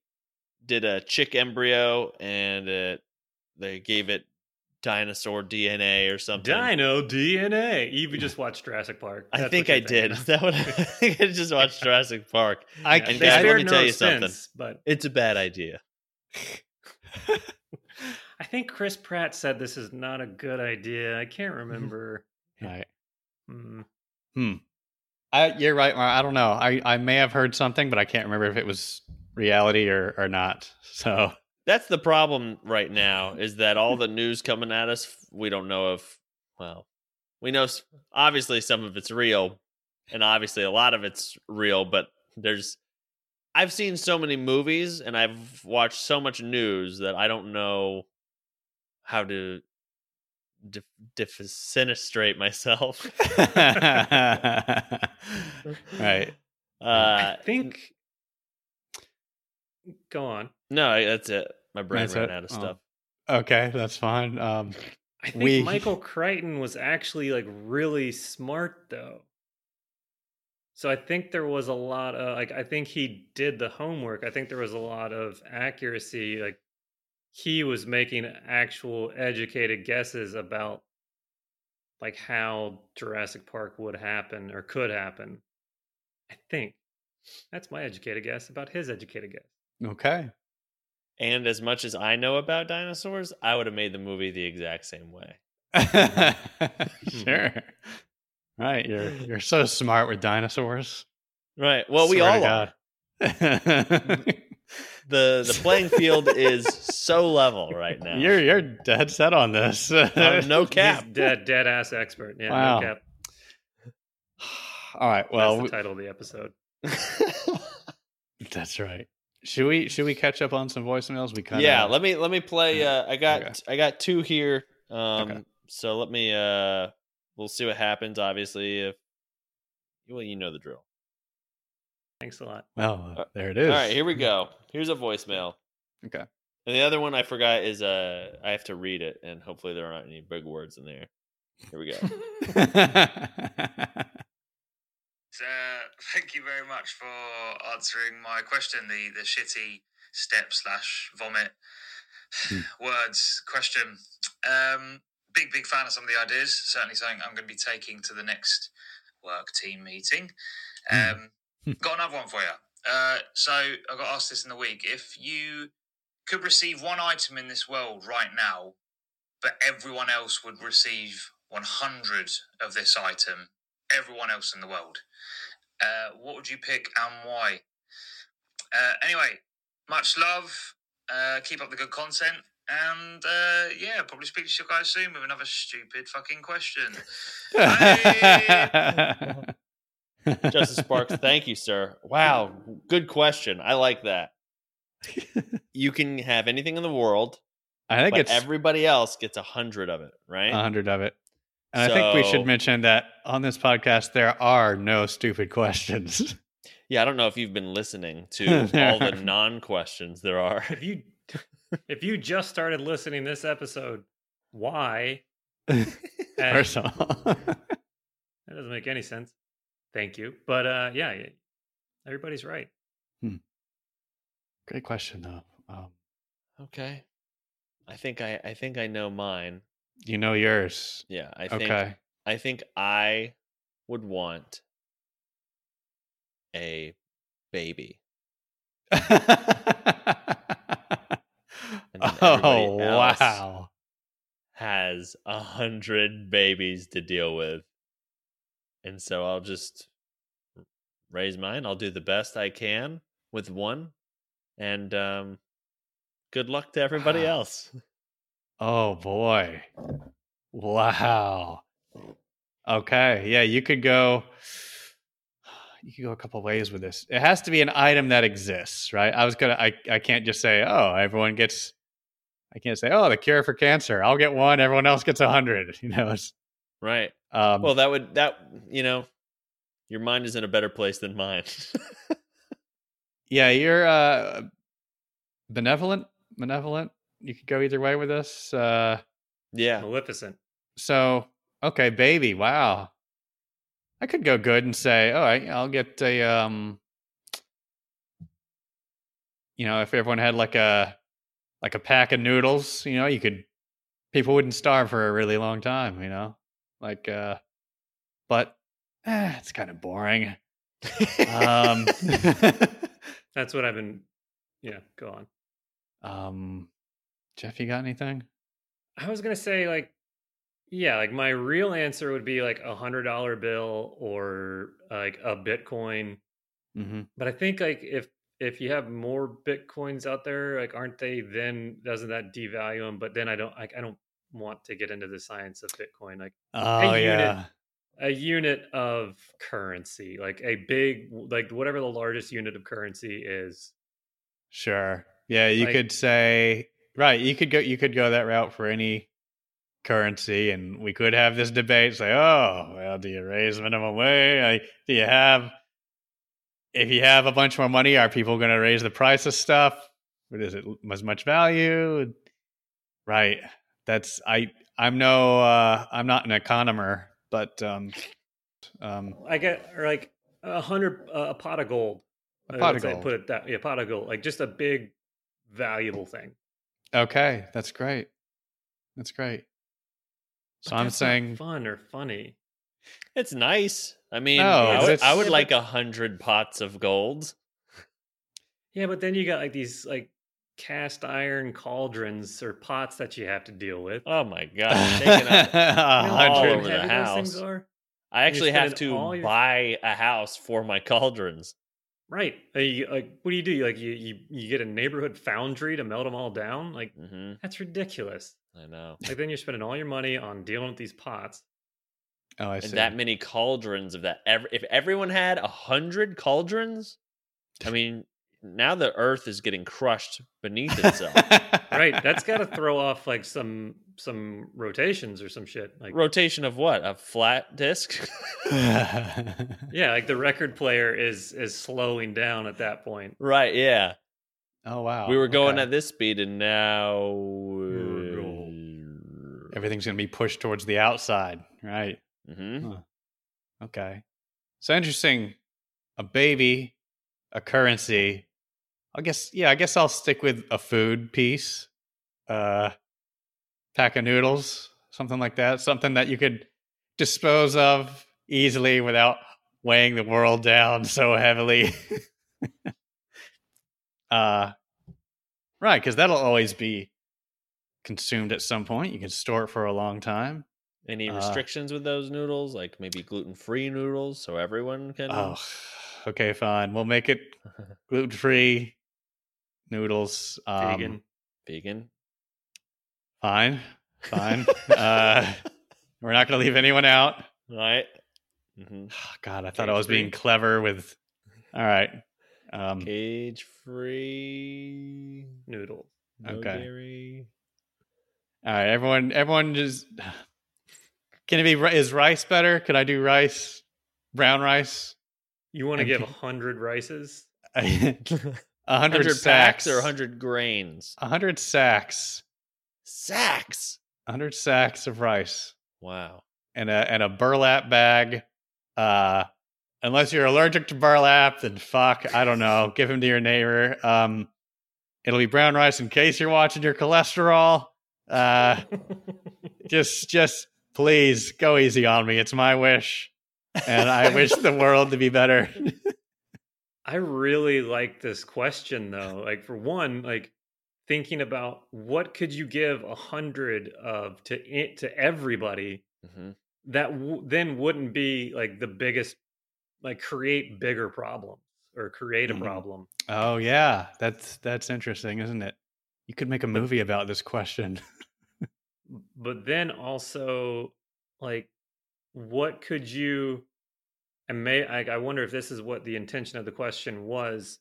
Speaker 1: did a chick embryo and it, they gave it dinosaur DNA or something.
Speaker 3: Dino DNA. Even just watched Jurassic Park.
Speaker 1: I
Speaker 3: That's
Speaker 1: think
Speaker 3: what
Speaker 1: I
Speaker 3: you're thinking
Speaker 1: did. Is
Speaker 3: of.
Speaker 1: that what I, I think I just watched Jurassic Park?
Speaker 2: I
Speaker 3: Yeah.
Speaker 1: And
Speaker 2: can't.
Speaker 3: They
Speaker 1: guys, let
Speaker 3: spared
Speaker 1: me
Speaker 3: no
Speaker 1: tell you something.
Speaker 3: expense, But
Speaker 1: It's a bad idea.
Speaker 3: I think Chris Pratt said this is not a good idea. I can't
Speaker 1: Mm-hmm.
Speaker 3: remember.
Speaker 2: I,
Speaker 3: Hmm.
Speaker 2: I, you're right, Mar. I don't know. I, I may have heard something, but I can't remember if it was reality or, or not. So
Speaker 1: That's the problem right now is that all the news coming at us, we don't know if, well, we know s- obviously some of it's real and obviously a lot of it's real, but there's, I've seen so many movies and I've watched so much news that I don't know how to dif- defenestrate myself.
Speaker 2: right.
Speaker 1: Uh,
Speaker 3: I think. Go on.
Speaker 1: no, I- that's it. My brain
Speaker 2: That's
Speaker 1: ran
Speaker 2: it?
Speaker 1: out of
Speaker 2: Oh.
Speaker 1: stuff.
Speaker 2: Okay, that's fine. Um,
Speaker 3: I think
Speaker 2: We-
Speaker 3: Michael Crichton was actually like really smart though. So I think there was a lot of like I think he did the homework. I think there was a lot of accuracy like he was making actual educated guesses about like how Jurassic Park would happen or could happen. I think that's my educated guess about his educated guess.
Speaker 2: okay.
Speaker 1: And as much as I know about dinosaurs, I would have made the movie the exact same way. Hmm.
Speaker 2: sure. Right. You're you're so smart with dinosaurs.
Speaker 1: Right. Well, we
Speaker 2: Swear to
Speaker 1: all are.
Speaker 2: God.
Speaker 1: The the playing field is so level right now.
Speaker 2: You're you're dead set on this.
Speaker 1: I'm no cap.
Speaker 3: He's dead dead ass expert. Yeah,
Speaker 2: Wow.
Speaker 3: no cap.
Speaker 2: all right.
Speaker 3: Well,
Speaker 2: Well,
Speaker 3: the title of the episode.
Speaker 2: That's right. Should we should we catch up on some voicemails? We kind of
Speaker 1: yeah, let me let me play
Speaker 2: Yeah.
Speaker 1: uh I got
Speaker 2: Okay.
Speaker 1: I got two here. Um
Speaker 2: Okay.
Speaker 1: so let me uh we'll see what happens obviously if well you know the drill.
Speaker 3: Thanks a lot.
Speaker 2: well
Speaker 1: Uh,
Speaker 2: there it is.
Speaker 1: All right, here we go. Here's a voicemail.
Speaker 2: Okay.
Speaker 1: And the other one I forgot is uh I have to read it and hopefully there aren't any big words in there. Here we go.
Speaker 4: So, thank you very much for answering my question. The the shitty step slash vomit
Speaker 2: Hmm.
Speaker 4: words question. Um, big big fan of some of the ideas. Certainly something I'm going to be taking to the next work team meeting. Um,
Speaker 2: Hmm.
Speaker 4: got another one for you. Uh, so I got asked this in the week. If you could receive one item in this world right now, but everyone else would receive 100 of this item, everyone else in the world. Uh, what would you pick and why? Uh, anyway, much love. Uh, keep up the good content. And uh, yeah, probably speak to you guys soon with another stupid fucking question.
Speaker 1: Justice Sparks, thank you, sir. Wow, good question. I like that. You can have anything in the world,
Speaker 2: I Uh-huh. think
Speaker 1: but
Speaker 2: it's a
Speaker 1: everybody else gets a hundred of it, right?
Speaker 2: hundred of it, and I think we
Speaker 1: So-
Speaker 2: should mention that on this podcast there are no stupid questions.
Speaker 1: Yeah, I don't know if you've been listening to
Speaker 2: There
Speaker 1: all the
Speaker 2: are.
Speaker 1: non-questions there are.
Speaker 3: if you if you just started listening this episode, why? And
Speaker 2: First of all,
Speaker 3: that doesn't make any sense. Thank you, but uh, yeah, yeah, everybody's right.
Speaker 2: great question though. Um,
Speaker 1: Okay. I think I I think I know mine.
Speaker 2: you know yours.
Speaker 1: Yeah, I think
Speaker 2: Okay.
Speaker 1: I think I would want a baby. then
Speaker 2: oh
Speaker 1: everybody else-
Speaker 2: wow!
Speaker 1: has a hundred babies to deal with. And so I'll just raise mine. I'll do the best I can with one. And um good luck to everybody
Speaker 3: Ah.
Speaker 2: Wow.
Speaker 1: else.
Speaker 2: Oh boy! Wow. Okay. Yeah, you could go. You could go a couple ways with this. It has to be an item that exists, right? I was gonna. I I can't just say, oh, everyone gets. I can't say, oh, the cure for cancer. I'll get one. Everyone else gets a hundred. You know. It's,
Speaker 1: Right.
Speaker 2: um,
Speaker 1: Well that would that you know, your mind is in a better place than mine.
Speaker 2: yeah, you're uh, benevolent. Benevolent. You could go either way with this. Uh,
Speaker 1: yeah.
Speaker 3: Maleficent.
Speaker 2: So, okay, baby, wow. I could go good and say, all right, I'll get a um you know, if everyone had like a like a pack of noodles, you know, you could people wouldn't starve for a really long time, you know? Like, uh, but eh, it's kind of boring. Um,
Speaker 3: That's what I've been. Yeah, go on.
Speaker 2: um, Jeff, you got anything?
Speaker 3: I was gonna say like, yeah, like my real answer would be like a hundred dollar bill or like a Bitcoin.
Speaker 2: Mm-hmm.
Speaker 3: But I think like if if you have more Bitcoins out there, like aren't they then doesn't that devalue them? But then I don't like I don't want to get into the science of Bitcoin. Like
Speaker 2: Oh,
Speaker 3: unit.
Speaker 2: yeah.
Speaker 3: a unit of currency, like a big like whatever the largest unit of currency is.
Speaker 2: Sure. Yeah, you
Speaker 3: Like-
Speaker 2: could say right. You could go. You could go that route for any currency, and we could have this debate. Say, oh, well, do you raise minimum wage? Like, do you have? If you have a bunch more money, are people going to raise the price of stuff? What is it? As much value? Right. That's I. I'm no. Uh, I'm not an economer, but um, um,
Speaker 3: I get or like a hundred uh, a pot of gold.
Speaker 2: a
Speaker 3: Uh,
Speaker 2: pot of
Speaker 3: let's say-
Speaker 2: gold.
Speaker 3: Put it that yeah, pot of gold, like just a big valuable thing.
Speaker 2: okay, that's great. That's great. So
Speaker 3: But
Speaker 2: I'm
Speaker 3: that's not
Speaker 2: saying
Speaker 3: fun or funny.
Speaker 1: It's nice. I
Speaker 3: Oh,
Speaker 1: mean,
Speaker 2: No,
Speaker 1: I
Speaker 2: but
Speaker 1: would,
Speaker 2: it's-
Speaker 1: I would
Speaker 3: Yeah,
Speaker 1: like a hundred pots of gold.
Speaker 3: Yeah, but then you got like these like cast iron cauldrons or pots that you have to deal with. Uh,
Speaker 1: Oh my god! I'm taking up-
Speaker 2: A
Speaker 3: You know how
Speaker 1: all
Speaker 2: hundred.
Speaker 1: over the
Speaker 3: heavy those things
Speaker 1: house.
Speaker 3: are?
Speaker 1: I actually have
Speaker 3: spending all
Speaker 1: to
Speaker 3: your-
Speaker 1: buy a house for my cauldrons.
Speaker 3: Right. Uh, you- like, what do you do? Like, you, you you get a neighborhood foundry to melt them all down? Like,
Speaker 1: hmm
Speaker 3: that's ridiculous.
Speaker 1: I know.
Speaker 3: Like then you're spending all your money on dealing with these pots.
Speaker 2: Oh, I
Speaker 1: And
Speaker 2: see.
Speaker 1: that many cauldrons of that. ev- If everyone had a hundred cauldrons, I mean, now the Earth is getting crushed beneath itself.
Speaker 3: Right. That's gotta throw off like some some rotations or some shit. Like
Speaker 1: Rotation of what? A flat disc?
Speaker 3: yeah, like the record player is is slowing down at that point.
Speaker 1: right? Yeah.
Speaker 2: oh wow.
Speaker 1: we were going
Speaker 2: okay.
Speaker 1: at this speed, and now
Speaker 2: Everything's going to be pushed towards the outside, right?
Speaker 1: hmm
Speaker 2: Okay. So interesting. A baby, a currency. I guess yeah, I guess I'll stick with a food piece. Uh pack of noodles, something like that. Something that you could dispose of easily without weighing the world down so heavily. uh right, cuz that'll always be consumed at some point. You can store it for a long time.
Speaker 1: Any
Speaker 2: Uh,
Speaker 1: restrictions with those noodles? Like maybe gluten free noodles so everyone can.
Speaker 2: Oh, okay, fine. We'll make it gluten free noodles. Um,
Speaker 3: Vegan.
Speaker 1: Vegan.
Speaker 2: Fine, fine. uh, we're not going to leave anyone out.
Speaker 1: Right. Mm-hmm.
Speaker 2: God, I thought I was being
Speaker 3: Cage-free.
Speaker 2: clever with. All right.
Speaker 3: Hmm.
Speaker 2: Um,
Speaker 1: Cage free.
Speaker 3: noodle.
Speaker 1: No
Speaker 2: Okay.
Speaker 1: dairy.
Speaker 2: all right, everyone. Everyone just. Can it be ri- is rice better? Could I do rice? Brown rice.
Speaker 3: You wanna
Speaker 2: And
Speaker 3: give a
Speaker 2: can-
Speaker 3: hundred rices?
Speaker 2: A hundred
Speaker 1: 100 packs
Speaker 2: sacks
Speaker 1: or 100 grains?
Speaker 2: A hundred sacks.
Speaker 1: Sacks.
Speaker 2: A hundred sacks of rice.
Speaker 1: Wow.
Speaker 2: and a and a burlap bag. Uh, unless you're allergic to burlap, then fuck, I don't know. Give them to your neighbor. Um, it'll be brown rice in case you're watching your cholesterol. Uh, just just please go easy on me. It's my wish, and I wish the world to be better.
Speaker 3: I really like this question though. Like for one, like thinking about what could you give a hundred of to e- to everybody
Speaker 1: Mhm.
Speaker 3: that w- then wouldn't be like the biggest like create bigger problems or create a
Speaker 2: Mhm.
Speaker 3: problem
Speaker 2: Oh yeah, that's that's interesting, isn't it? You could make a movie about this question.
Speaker 3: but then also like what could you and may I, I wonder if this is what the intention of the question was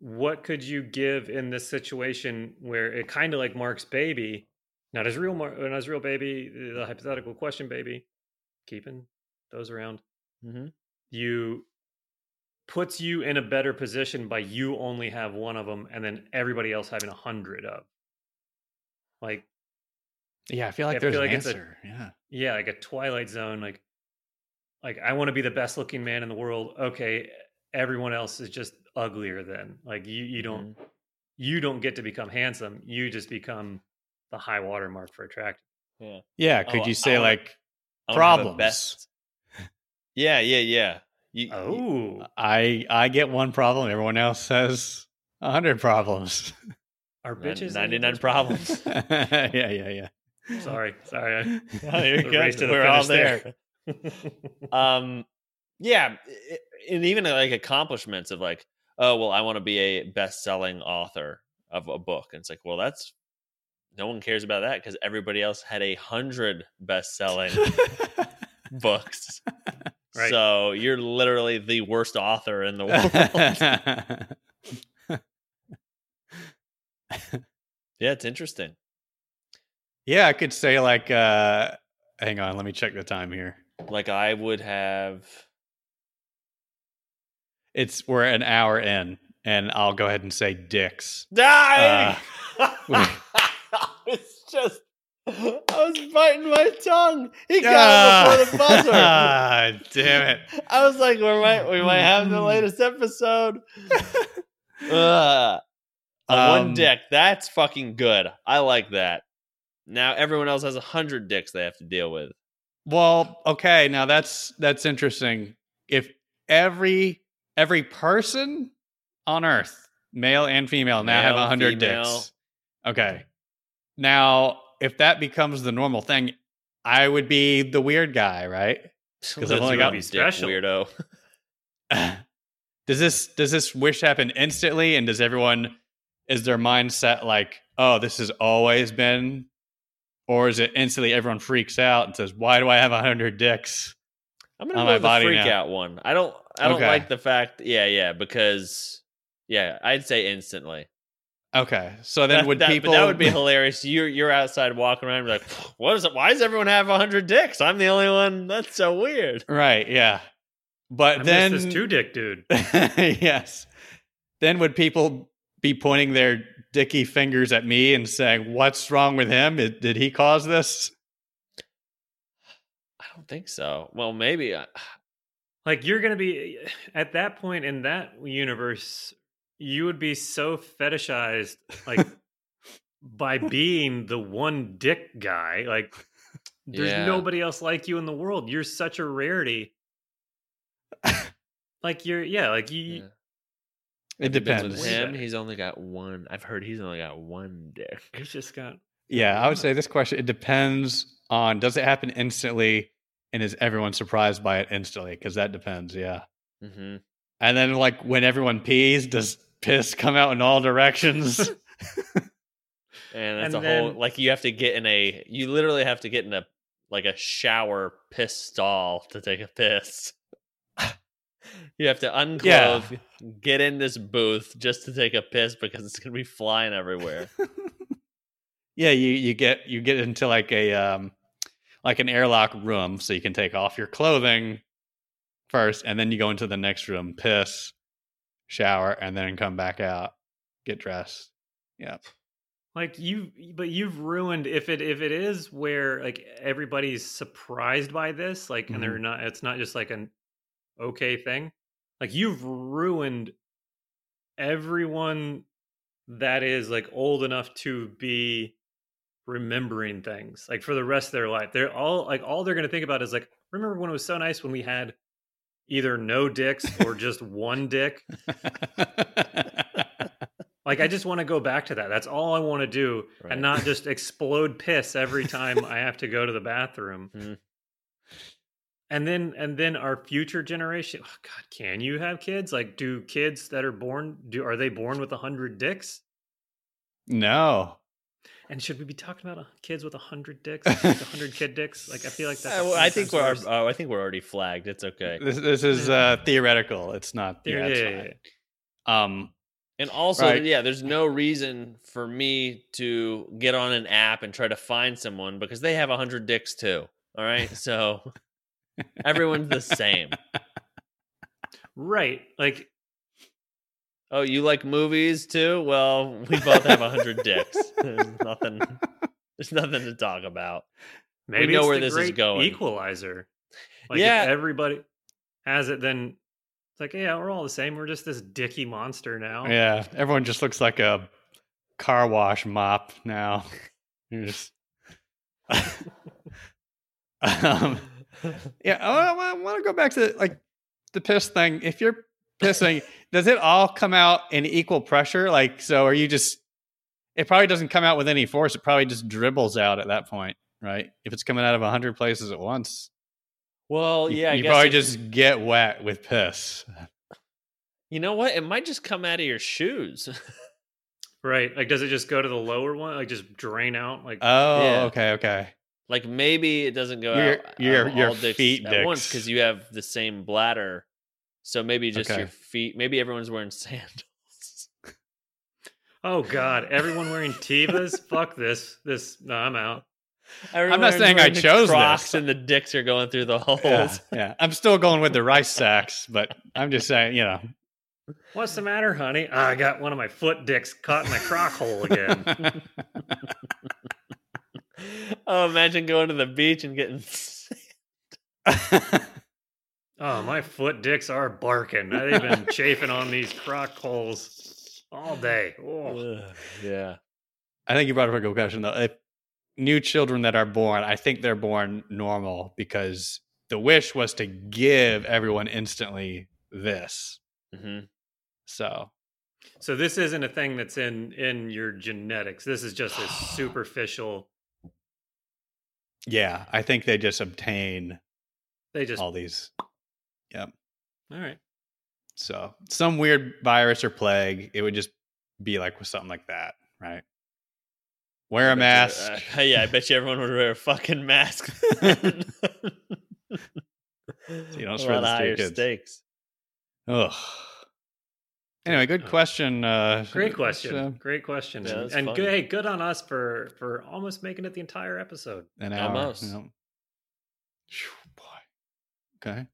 Speaker 3: what could you give in this situation where it kind of like mark's baby not his real Mar- not his real baby the hypothetical question baby keeping those around
Speaker 1: Mhm.
Speaker 3: you puts you in a better position by you only have one of them and then everybody else having a hundred of like
Speaker 2: Yeah, I feel like
Speaker 3: Yeah, I
Speaker 2: there's
Speaker 3: feel
Speaker 2: an
Speaker 3: like it's a-
Speaker 2: answer. yeah.
Speaker 3: yeah like a twilight zone like like i want to be the best looking man in the world okay everyone else is just uglier then like you you don't you don't get to become handsome you just become the high water mark for attract.
Speaker 2: Yeah.
Speaker 1: Oh,
Speaker 2: Could
Speaker 1: I
Speaker 2: you say
Speaker 1: wanna-
Speaker 2: like
Speaker 1: I wanna have a
Speaker 2: Problems.
Speaker 1: best- Yeah, yeah, yeah. You, you-
Speaker 3: Oh,
Speaker 2: I I get one problem, everyone else has a hundred problems.
Speaker 3: our
Speaker 1: Nin-
Speaker 3: bitches. any
Speaker 1: 99
Speaker 3: bitches?
Speaker 1: problems.
Speaker 2: yeah, yeah, yeah.
Speaker 3: Sorry, sorry. I-
Speaker 1: Oh, you're
Speaker 3: The race
Speaker 1: good.
Speaker 3: to the
Speaker 1: We're all
Speaker 3: finish
Speaker 1: there. um, yeah, i- and even like accomplishments of like, oh well, I want to be a best-selling author of a book, and it's like, well, that's no one cares about that because everybody else had a hundred best-selling books.
Speaker 3: Right.
Speaker 1: So you're literally the worst author in the world. yeah, it's interesting.
Speaker 2: yeah, I could say like uh hang on, let me check the time here.
Speaker 1: Like I would have.
Speaker 2: It's we're an hour in and I'll go ahead and say dicks.
Speaker 1: Die!
Speaker 2: Uh, wait.
Speaker 1: it's just. I was biting my tongue. He got it before the buzzer.
Speaker 2: Ah, damn it.
Speaker 1: I was like, we might we might have
Speaker 2: Mm.
Speaker 1: the latest episode. Ugh. A one
Speaker 2: Um,
Speaker 1: dick. That's fucking good. I like that. Now everyone else has a hundred dicks they have to deal with.
Speaker 2: Well, okay, now that's that's interesting. If every every person on Earth, male and female, now have
Speaker 1: Male,
Speaker 2: a hundred
Speaker 1: female.
Speaker 2: dicks. Okay. Now, if that becomes the normal thing, I would be the weird guy, right? Because I've only got-
Speaker 1: dick
Speaker 3: special.
Speaker 1: weirdo.
Speaker 2: does this does this wish happen instantly? And does everyone is their mindset like, oh, this has always been? Or is it instantly everyone freaks out and says, Why do I have a hundred dicks?
Speaker 1: I'm gonna
Speaker 2: On
Speaker 1: go
Speaker 2: my
Speaker 1: with the
Speaker 2: body
Speaker 1: freak
Speaker 2: now.
Speaker 1: out one. I don't I don't
Speaker 2: Okay.
Speaker 1: like the fact yeah, yeah, because yeah, I'd say instantly.
Speaker 2: Okay. So then
Speaker 1: That-
Speaker 2: would
Speaker 1: that, but
Speaker 2: people
Speaker 1: that would be hilarious. You're you're outside walking around you're like, what is it? Why does everyone have hundred dicks? I'm the only one. That's so weird.
Speaker 2: Right, yeah.
Speaker 3: I
Speaker 2: But
Speaker 3: missed
Speaker 2: then
Speaker 3: this two dick dude.
Speaker 2: yes. Then would people be pointing their dicky fingers at me and saying, "What's wrong with him? Did did he cause this?"
Speaker 1: I don't think so. Well, maybe uh, I-
Speaker 3: Like you're gonna be at that point in that universe, you would be so fetishized, like by being the one dick guy. Like there's
Speaker 1: Yeah.
Speaker 3: nobody else like you in the world. You're such a rarity. like you're, yeah, like you.
Speaker 1: Yeah.
Speaker 2: It
Speaker 1: With
Speaker 2: depends.
Speaker 3: Way
Speaker 1: him,
Speaker 3: better.
Speaker 1: he's only got one. I've heard he's only got one dick.
Speaker 3: He's just got
Speaker 2: Yeah, I would say this question it depends on does it happen instantly and is everyone surprised by it instantly because that depends, yeah.
Speaker 1: hmm
Speaker 2: And then like when everyone pees, does piss come out in all directions?
Speaker 1: And that's
Speaker 3: And
Speaker 1: a whole
Speaker 3: then-
Speaker 1: like you have to get in a you literally have to get in a like a shower piss stall to take a piss. you have to unclothe, get in this booth just to take a piss because it's gonna be flying everywhere.
Speaker 2: yeah, you you get you get into like a um like an airlock room so you can take off your clothing first and then you go into the next room, piss, shower, and then come back out, get dressed.
Speaker 3: like you but you've ruined if it if it is where like everybody's surprised by this like and they're not it's not just like an okay thing like you've ruined everyone that is like old enough to be remembering things like for the rest of their life they're all like all they're going to think about is like remember when it was so nice when we had either no dicks or just one dick like I just want to go back to that. That's all I want to do,
Speaker 1: Mm-hmm. Right.
Speaker 3: and not just explode piss every time I have to go to the bathroom.
Speaker 1: Mhm.
Speaker 3: And then, and then our future generation. oh, God, can you have kids? Like, do kids that are born do are they born with a hundred dicks?
Speaker 2: no.
Speaker 3: And should we be talking about uh, kids with a hundred dicks, a hundred kid dicks? Like, I feel like that's.
Speaker 1: Uh, well, I think we're
Speaker 3: sometimes worse.
Speaker 1: oh, I think we're already flagged. It's okay.
Speaker 2: This this is uh, theoretical. It's not.
Speaker 3: Yeah,
Speaker 2: Yeah, it's
Speaker 3: yeah,
Speaker 2: fine.
Speaker 3: yeah.
Speaker 2: Um,
Speaker 1: And also,
Speaker 2: Right.
Speaker 1: yeah, there's no reason for me to get on an app and try to find someone because they have 100 dicks too. All right. So everyone's the same.
Speaker 3: right. Like,
Speaker 1: Oh, you like movies too? Well, we both have 100 dicks. There's nothing. There's nothing to talk about.
Speaker 3: maybe
Speaker 1: know
Speaker 3: it's
Speaker 1: where
Speaker 3: the
Speaker 1: this is
Speaker 3: great
Speaker 1: going.
Speaker 3: Equalizer. Like
Speaker 1: Yeah.
Speaker 3: if everybody has it, then it's like, yeah, we're all the same. We're just this dicky
Speaker 1: Oh.
Speaker 3: monster now.
Speaker 2: yeah, everyone just looks like a car wash mop now. You're just. um, yeah, I, want to go back to like the piss thing. If you're pissing, does it all come out in equal pressure? Like, so are you just? It probably doesn't come out with any force. It probably just dribbles out at that point, right? If it's coming out of hundred places at once,
Speaker 1: Well,
Speaker 2: you-
Speaker 1: yeah, I
Speaker 2: you
Speaker 1: guess
Speaker 2: probably
Speaker 1: if-
Speaker 2: just get wet with piss.
Speaker 1: You know what? It might just come out of your shoes.
Speaker 3: Right. Like, does it just go to the lower one? Like, just drain out? Like,
Speaker 1: Uh
Speaker 2: Oh,
Speaker 1: Yeah.
Speaker 2: okay, okay.
Speaker 1: like maybe it doesn't go
Speaker 2: Your-
Speaker 1: out
Speaker 2: your-
Speaker 1: of
Speaker 2: your
Speaker 1: all dicks
Speaker 2: feet
Speaker 1: at once
Speaker 2: dicks.
Speaker 1: because you have the same bladder. So maybe just
Speaker 2: Okay.
Speaker 1: your feet. Maybe everyone's wearing sandals.
Speaker 3: oh God, everyone wearing Tivas? Fuck this. This, no, I'm out.
Speaker 1: Everyone's
Speaker 2: not saying I
Speaker 1: wearing the
Speaker 2: chose this.
Speaker 1: Crocs and the dicks are going through the holes.
Speaker 2: Yeah, yeah. I'm still going with the rice sacks, but I'm just saying, you know.
Speaker 3: What's the matter, honey? Ah, I got one of my foot dicks caught in my crock hole again.
Speaker 1: Oh, imagine going to the beach and getting.
Speaker 3: Oh, my foot dicks are barking. They've been chafing on these crock holes all day. Oh.
Speaker 1: Ugh, yeah.
Speaker 2: I think you brought up a good question though. If new children that are born, I think they're born normal because the wish was to give everyone instantly this.
Speaker 1: hmm
Speaker 2: So
Speaker 3: So this isn't a thing that's in in your genetics. This is just a superficial.
Speaker 2: yeah, I think they just obtain
Speaker 3: They just
Speaker 2: all these.
Speaker 3: all right.
Speaker 2: So some weird virus or plague, it would just be like with something like that, right? Wear a mask.
Speaker 1: Uh, yeah, I bet you everyone would wear a fucking mask.
Speaker 2: you
Speaker 1: you
Speaker 2: don't spread this to your kids.
Speaker 1: stakes.
Speaker 2: Ugh. Anyway, good
Speaker 3: Uh,
Speaker 2: question. Uh,
Speaker 3: Great question.
Speaker 2: uh,
Speaker 3: Great question.
Speaker 1: Yeah,
Speaker 3: and
Speaker 1: that's
Speaker 3: and
Speaker 1: fun.
Speaker 3: good, hey, good on us for for almost making it the entire episode.
Speaker 2: an hour.
Speaker 1: Almost.
Speaker 2: yeah. Phew, boy. Okay.